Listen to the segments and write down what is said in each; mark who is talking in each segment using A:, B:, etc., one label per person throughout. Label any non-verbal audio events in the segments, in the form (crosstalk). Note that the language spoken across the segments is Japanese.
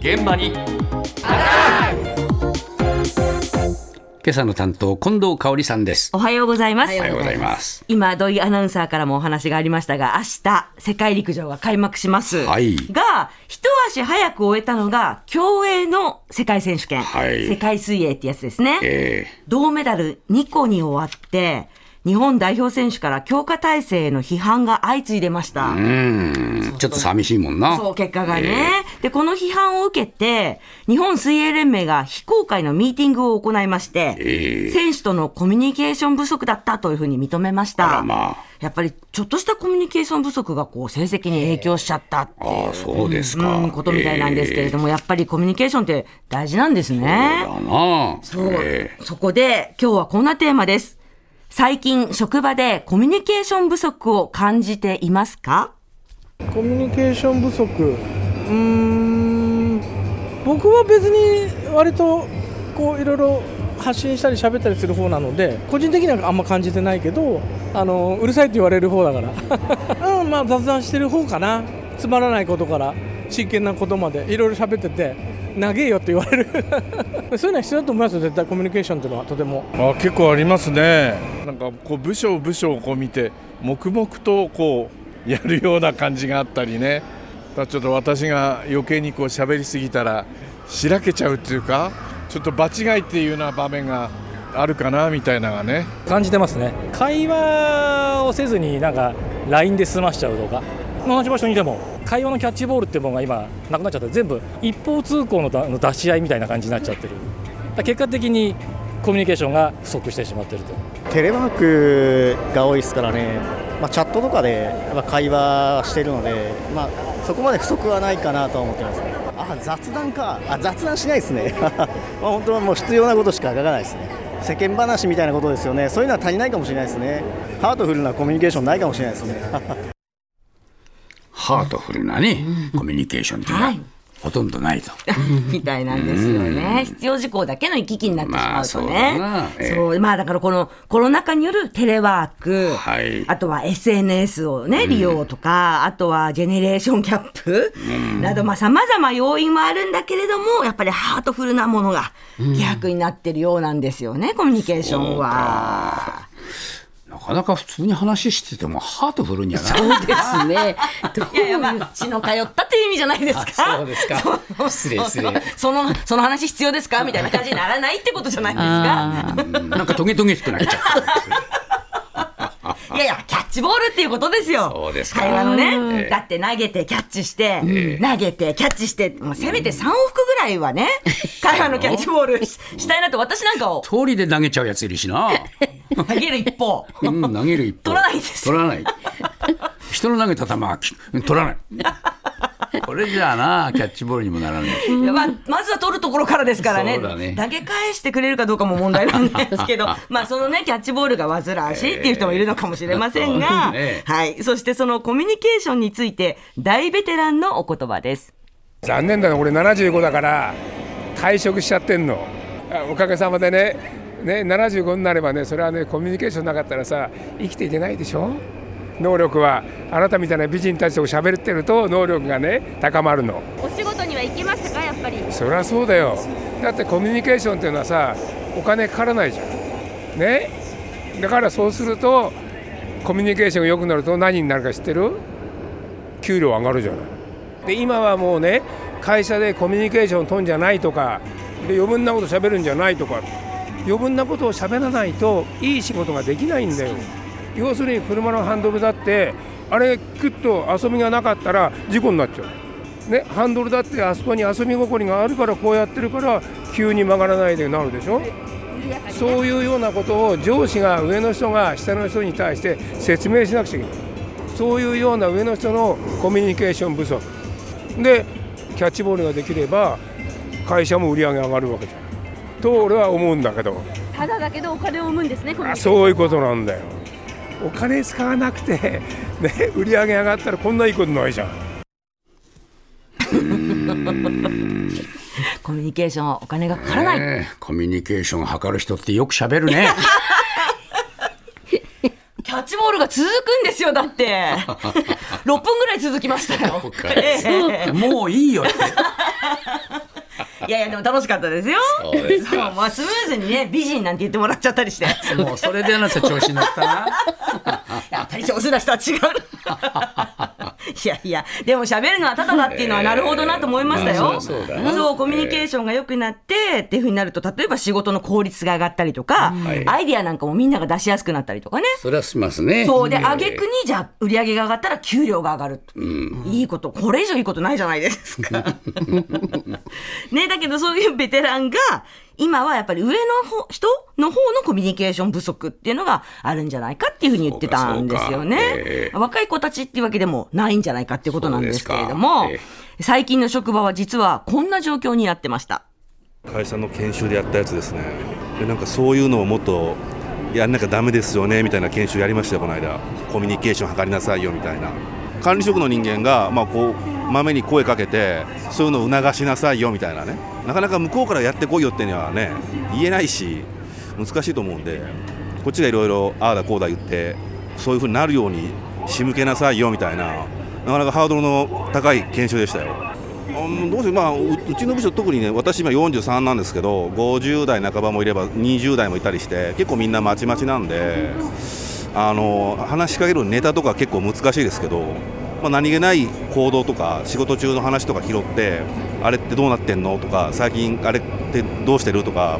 A: 現場に
B: 今朝の担当近藤香織さんです。
C: おはようございます。
B: おはようございます。
C: 今、土井アナウンサーからもお話がありましたが、明日、世界陸上が開幕します。
B: はい
C: が、一足早く終えたのが、競泳の世界選手権。
B: はい
C: 世界水泳ってやつですね。
B: え
C: 銅メダル2個に終わって、日本代表選手から強化体制への批判が相次いでました。
B: えうん、ちょっと寂しいもんな。
C: そう、結果がね、で、この批判を受けて、日本水泳連盟が非公開のミーティングを行いまして、
B: ええ
C: 選手とのコミュニケーション不足だったというふうに認めまし
B: あ
C: た。
B: らま
C: やっぱり、ちょっとしたコミュニケーション不足が、こう、成績に影響しちゃったって
B: あ、
C: いう
B: ああそうですか。
C: うん、ことみたいなんですけれども、やっぱりコミュニケーションって大事なんです
B: ええ
C: ね。
B: だな。
C: そう
B: ええ
C: そこで今日はこんなテーマです。最近職場でコミュニケーション不足を感じていますか
D: コミュニケーション不足うーん僕は別に割とこういろいろ発信したり喋ったりする方なので個人的にはあんま感じてないけどあのうるさいって言われる方だから (laughs) うんまあ雑談してる方かなつまらないことから真剣なことまでいろいろ喋ってて長えよって言われる (laughs) そういうのは必要だと思いますよ絶対コミュニケーションっていうのはとても
E: あ結構ありますねなんかこう部署部署をこう見て黙々とこうやるような感じがあったりねだからちょっと私が余計にこう喋りすぎたらしらけちゃうっていうかちょっと場違いっていうような場面があるかなみたいなのがね
F: 感じてますね会話をせずになんか LINE で済ましちゃうとか同じ場所にいても会話のキャッチボールってものが今なくなっちゃって全部一方通行のだあの出し合いみたいな感じになっちゃってるだから結果的にコミュニケーションが不足してしまってると
G: テレワークが多いですからね、まあ、チャットとかでやっぱ会話してるので、まあ、そこまで不足はないかなとは思ってますね。あ雑談かあ、雑談しないですね、 (laughs) まあ本当はもう必要なことしか書かないですね、世間話みたいなことですよね、そういうのは足りないかもしれないですね、ハートフルなコミュニケーションないかもしれないですね。
B: ハートフルなね、コミュニケーションっていうのは
C: はい
B: ほとんど
C: (laughs)
B: ないと。
C: みたいなんですよね。必要事項だけの行き来になってしまうとね。
B: まあそうだなええ
C: そうまあだからこのコロナ禍によるテレワーク、
B: はい
C: あとは SNS をね、利用とか、あとはジェネレーションギャップなど、まあ様々要因はあるんだけれども、やっぱりハートフルなものが希薄になってるようなんですよね、コミュニケーションは。
B: なかなか普通に話しててもハートフルにはならない。
A: ですね
C: (laughs) いやいや、まあ、血の通ったっていう意味じゃないですか。
B: そうですか
C: そう
B: 失礼失礼
C: その、その話必要ですかみたいな感じにならないってことじゃないですか。
B: うんなんかトゲトゲしくなっち
C: (laughs)
B: ゃ
C: いやいや、キャッチボールっていうことですよ。
B: そうですか
C: 会話の
B: うん
C: ね。だって投げてキャッチして、投げてキャッチして、もうせめて3往復ぐらいは
B: (laughs)
C: ね、会話のキャッチボールししたいなと私なんかを
B: う。通りで投げちゃうやついるしな。
C: 投げる一方。
B: うん、投げる一方。
C: 取らないです
B: 取らない。人の投げた球はき取らない。これじゃあな、キャッチボールにもならない。
C: まあ、まずは取るところからですからね
B: そうだね
C: 投げ返してくれるかどうかも問題なんです
B: (laughs)
C: けどまあそのねキャッチボールが煩わしいっていう人もいるのかもしれません
B: (laughs)
C: が、
B: ええ
C: はい、そしてそのコミュニケーションについて大ベテランのお言葉です。
H: 残念だな俺75だから退職しちゃってんのあおかげさまでねね75になればねそれはねコミュニケーションなかったらさ生きていけないでしょ能力はあなたみたいな美人たちと喋ってると能力がね高まるの
I: お仕事には行きましたかやっぱり
H: そりゃそうだよだってコミュニケーションっていうのはさお金かからないじゃんねだからそうするとコミュニケーションが良くなると何になるか知ってる給料上がるじゃないで今はもうね会社でコミュニケーション取んじゃないとかで余分なこと喋るんじゃないとか余分なことを喋らないといい仕事ができないんだよ要するに車のハンドルだってあれクッと遊びがなかったら事故になっちゃうね、ハンドルだってあそこに遊び心があるからこうやってるから急に曲がらないでなるでしょそういうようなことを上司が上の人が下の人に対して説明しなくちゃいけないそういうような上の人のコミュニケーション不足でキャッチボールができれば会社も売り上げ上がるわけじゃんと俺は思うんだけど
I: ただだけどお金を生むんですねこの
H: あそういうことなんだよお金使わなくて、ね、売り上げ上がったらこんないいことないじゃん
C: コミュニケーションはお金がかからない、
B: ねえコミュニケーションを図る人ってよく喋る
C: (laughs)
B: ね。
C: キャッチボールが続くんですよ、
B: (laughs)
C: だって。6分ぐらい続きましたよ。ええ
B: もういいよって。
C: (laughs) いやいや、でも楽しかったですよ。
A: そうです
C: (laughs) そう、まあ、スムーズにね、美人なんて言ってもらっちゃったりして。い
B: もうそれであなた調子乗ったな。
C: やっぱり上手な人は違うな。 (laughs) いやいや、でも喋るのはただだっていうのはなるほどなと思いましたよ。
A: まあそうだな
C: そうコミュニケーションが良くなってっていうふうになると、例えば仕事の効率が上がったりとか、
A: はい
C: アイディアなんかもみんなが出しやすくなったりとかね。
B: それはしますね。
C: そうで、挙句にじゃあ売り上げが上がったら給料が上がると、いいことこれ以上いいことないじゃないで
A: (laughs)
C: すか。ねだけどそういうベテランが今はやっぱり上の方人の方のコミュニケーション不足っていうのがあるんじゃないかっていうふうに言ってたんですよね
A: そうかそうか。ええ
C: 若い子たちっていうわけでもないんじゃないかっていうことなんですけれども、
A: そうですか
C: 最近の職場は実はこんな状況になってま
A: (laughs)
C: した。
J: 会社の研修でやったやつですねでなんかそういうのをもっとやんなきゃダメですよねみたいな研修やりましたよこの間コミュニケーション図りなさいよみたいな管理職の人間がまあこうまめに声かけてそういうのを促しなさいよみたいなねなかなか向こうからやってこいよってにはね言えないし難しいと思うんでこっちがいろいろああだこうだ言ってそういうふうになるように仕向けなさいよみたいななかなかハードルの高い研修でしたよあもうどうしよう、まあ、ううちの部署、特にね、私、今43なんですけど、50代半ばもいれば、20代もいたりして、結構みんなまちまちなんで、あの話しかけるネタとか結構難しいですけど、まあ、何気ない行動とか、仕事中の話とか拾って、あれってどうなってんのとか、最近、あれってどうしてるとか、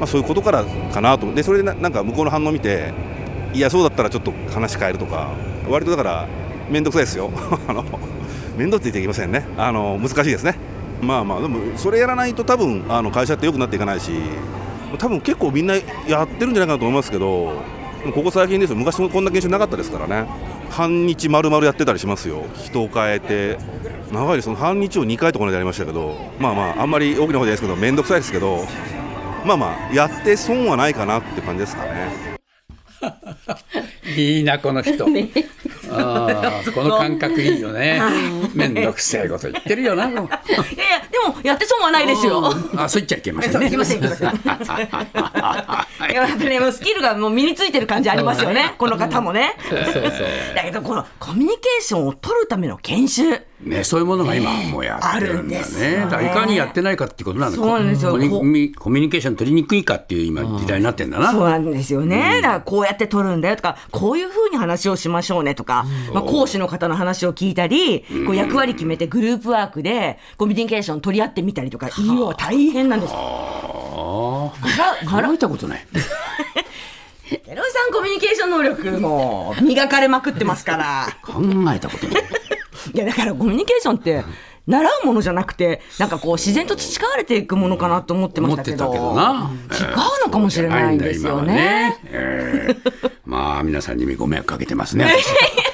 J: まあ、そういうことからかなと思って、でそれでななんか向こうの反応見て、いや、そうだったらちょっと話変えるとか、割とだから、面倒くさいですよ。 (laughs) あの面倒って言っていけませんねあの難しいですねまあまあでもそれやらないと多分あの会社って良くなっていかないし多分結構みんなやってるんじゃないかなと思いますけどでもここ最近ですよ昔もこんな研修なかったですからね半日丸々やってたりしますよ人を変えて長いですその半日を2回とこの間やりましたけどまあまああんまり大きな方じゃないですけど面倒くさいですけどまあまあやって損はないかなって感じですかね
B: いいな、この人。ああこの感覚いいよね。めんどくせえこと言ってるよな。もう
C: いやいやでもやって損はないですよ。
B: あ、そう言っちゃいけません
C: そう
B: ね。
C: いけませんいけません
B: (laughs)
C: いややっぱりねもうスキルがもう身についてる感じありますよね、この方もね。 (laughs) だけど、このコミュニケーションを取るための研修、
B: ね、そういうものが今もうやってるんだ
C: あるんで
B: ね。
C: すよね
B: だからいかにやってないかってことなんだ
C: そうなんですよ
B: コミュニ
C: こう
B: コミュニコミュニケーション取りにくいかっていう今時代になってんだな。
C: そうなんですよね、だからこうやって取るんだよとか、こういうふうに話をしましょうねとか、まあ、講師の方の話を聞いたり、こう役割決めてグループワークでコミュニケーション取り合ってみたりとか、いいよ、大変なんです。
B: 考えたことない。
C: ペロさん、コミュニケーション能力もう磨かれまくってますから。
B: 考えたことない。
C: いやだからコミュニケーションって習うものじゃなくてなんかこう自然と培われていくものかなと思ってま
B: 思
C: し
B: ったて
C: けど
B: たけどな。
C: 違うのかもしれないんですよね。
B: (laughs) えー。そうじゃないんだ今はねえーまあ皆さんにご迷惑かけてますね。私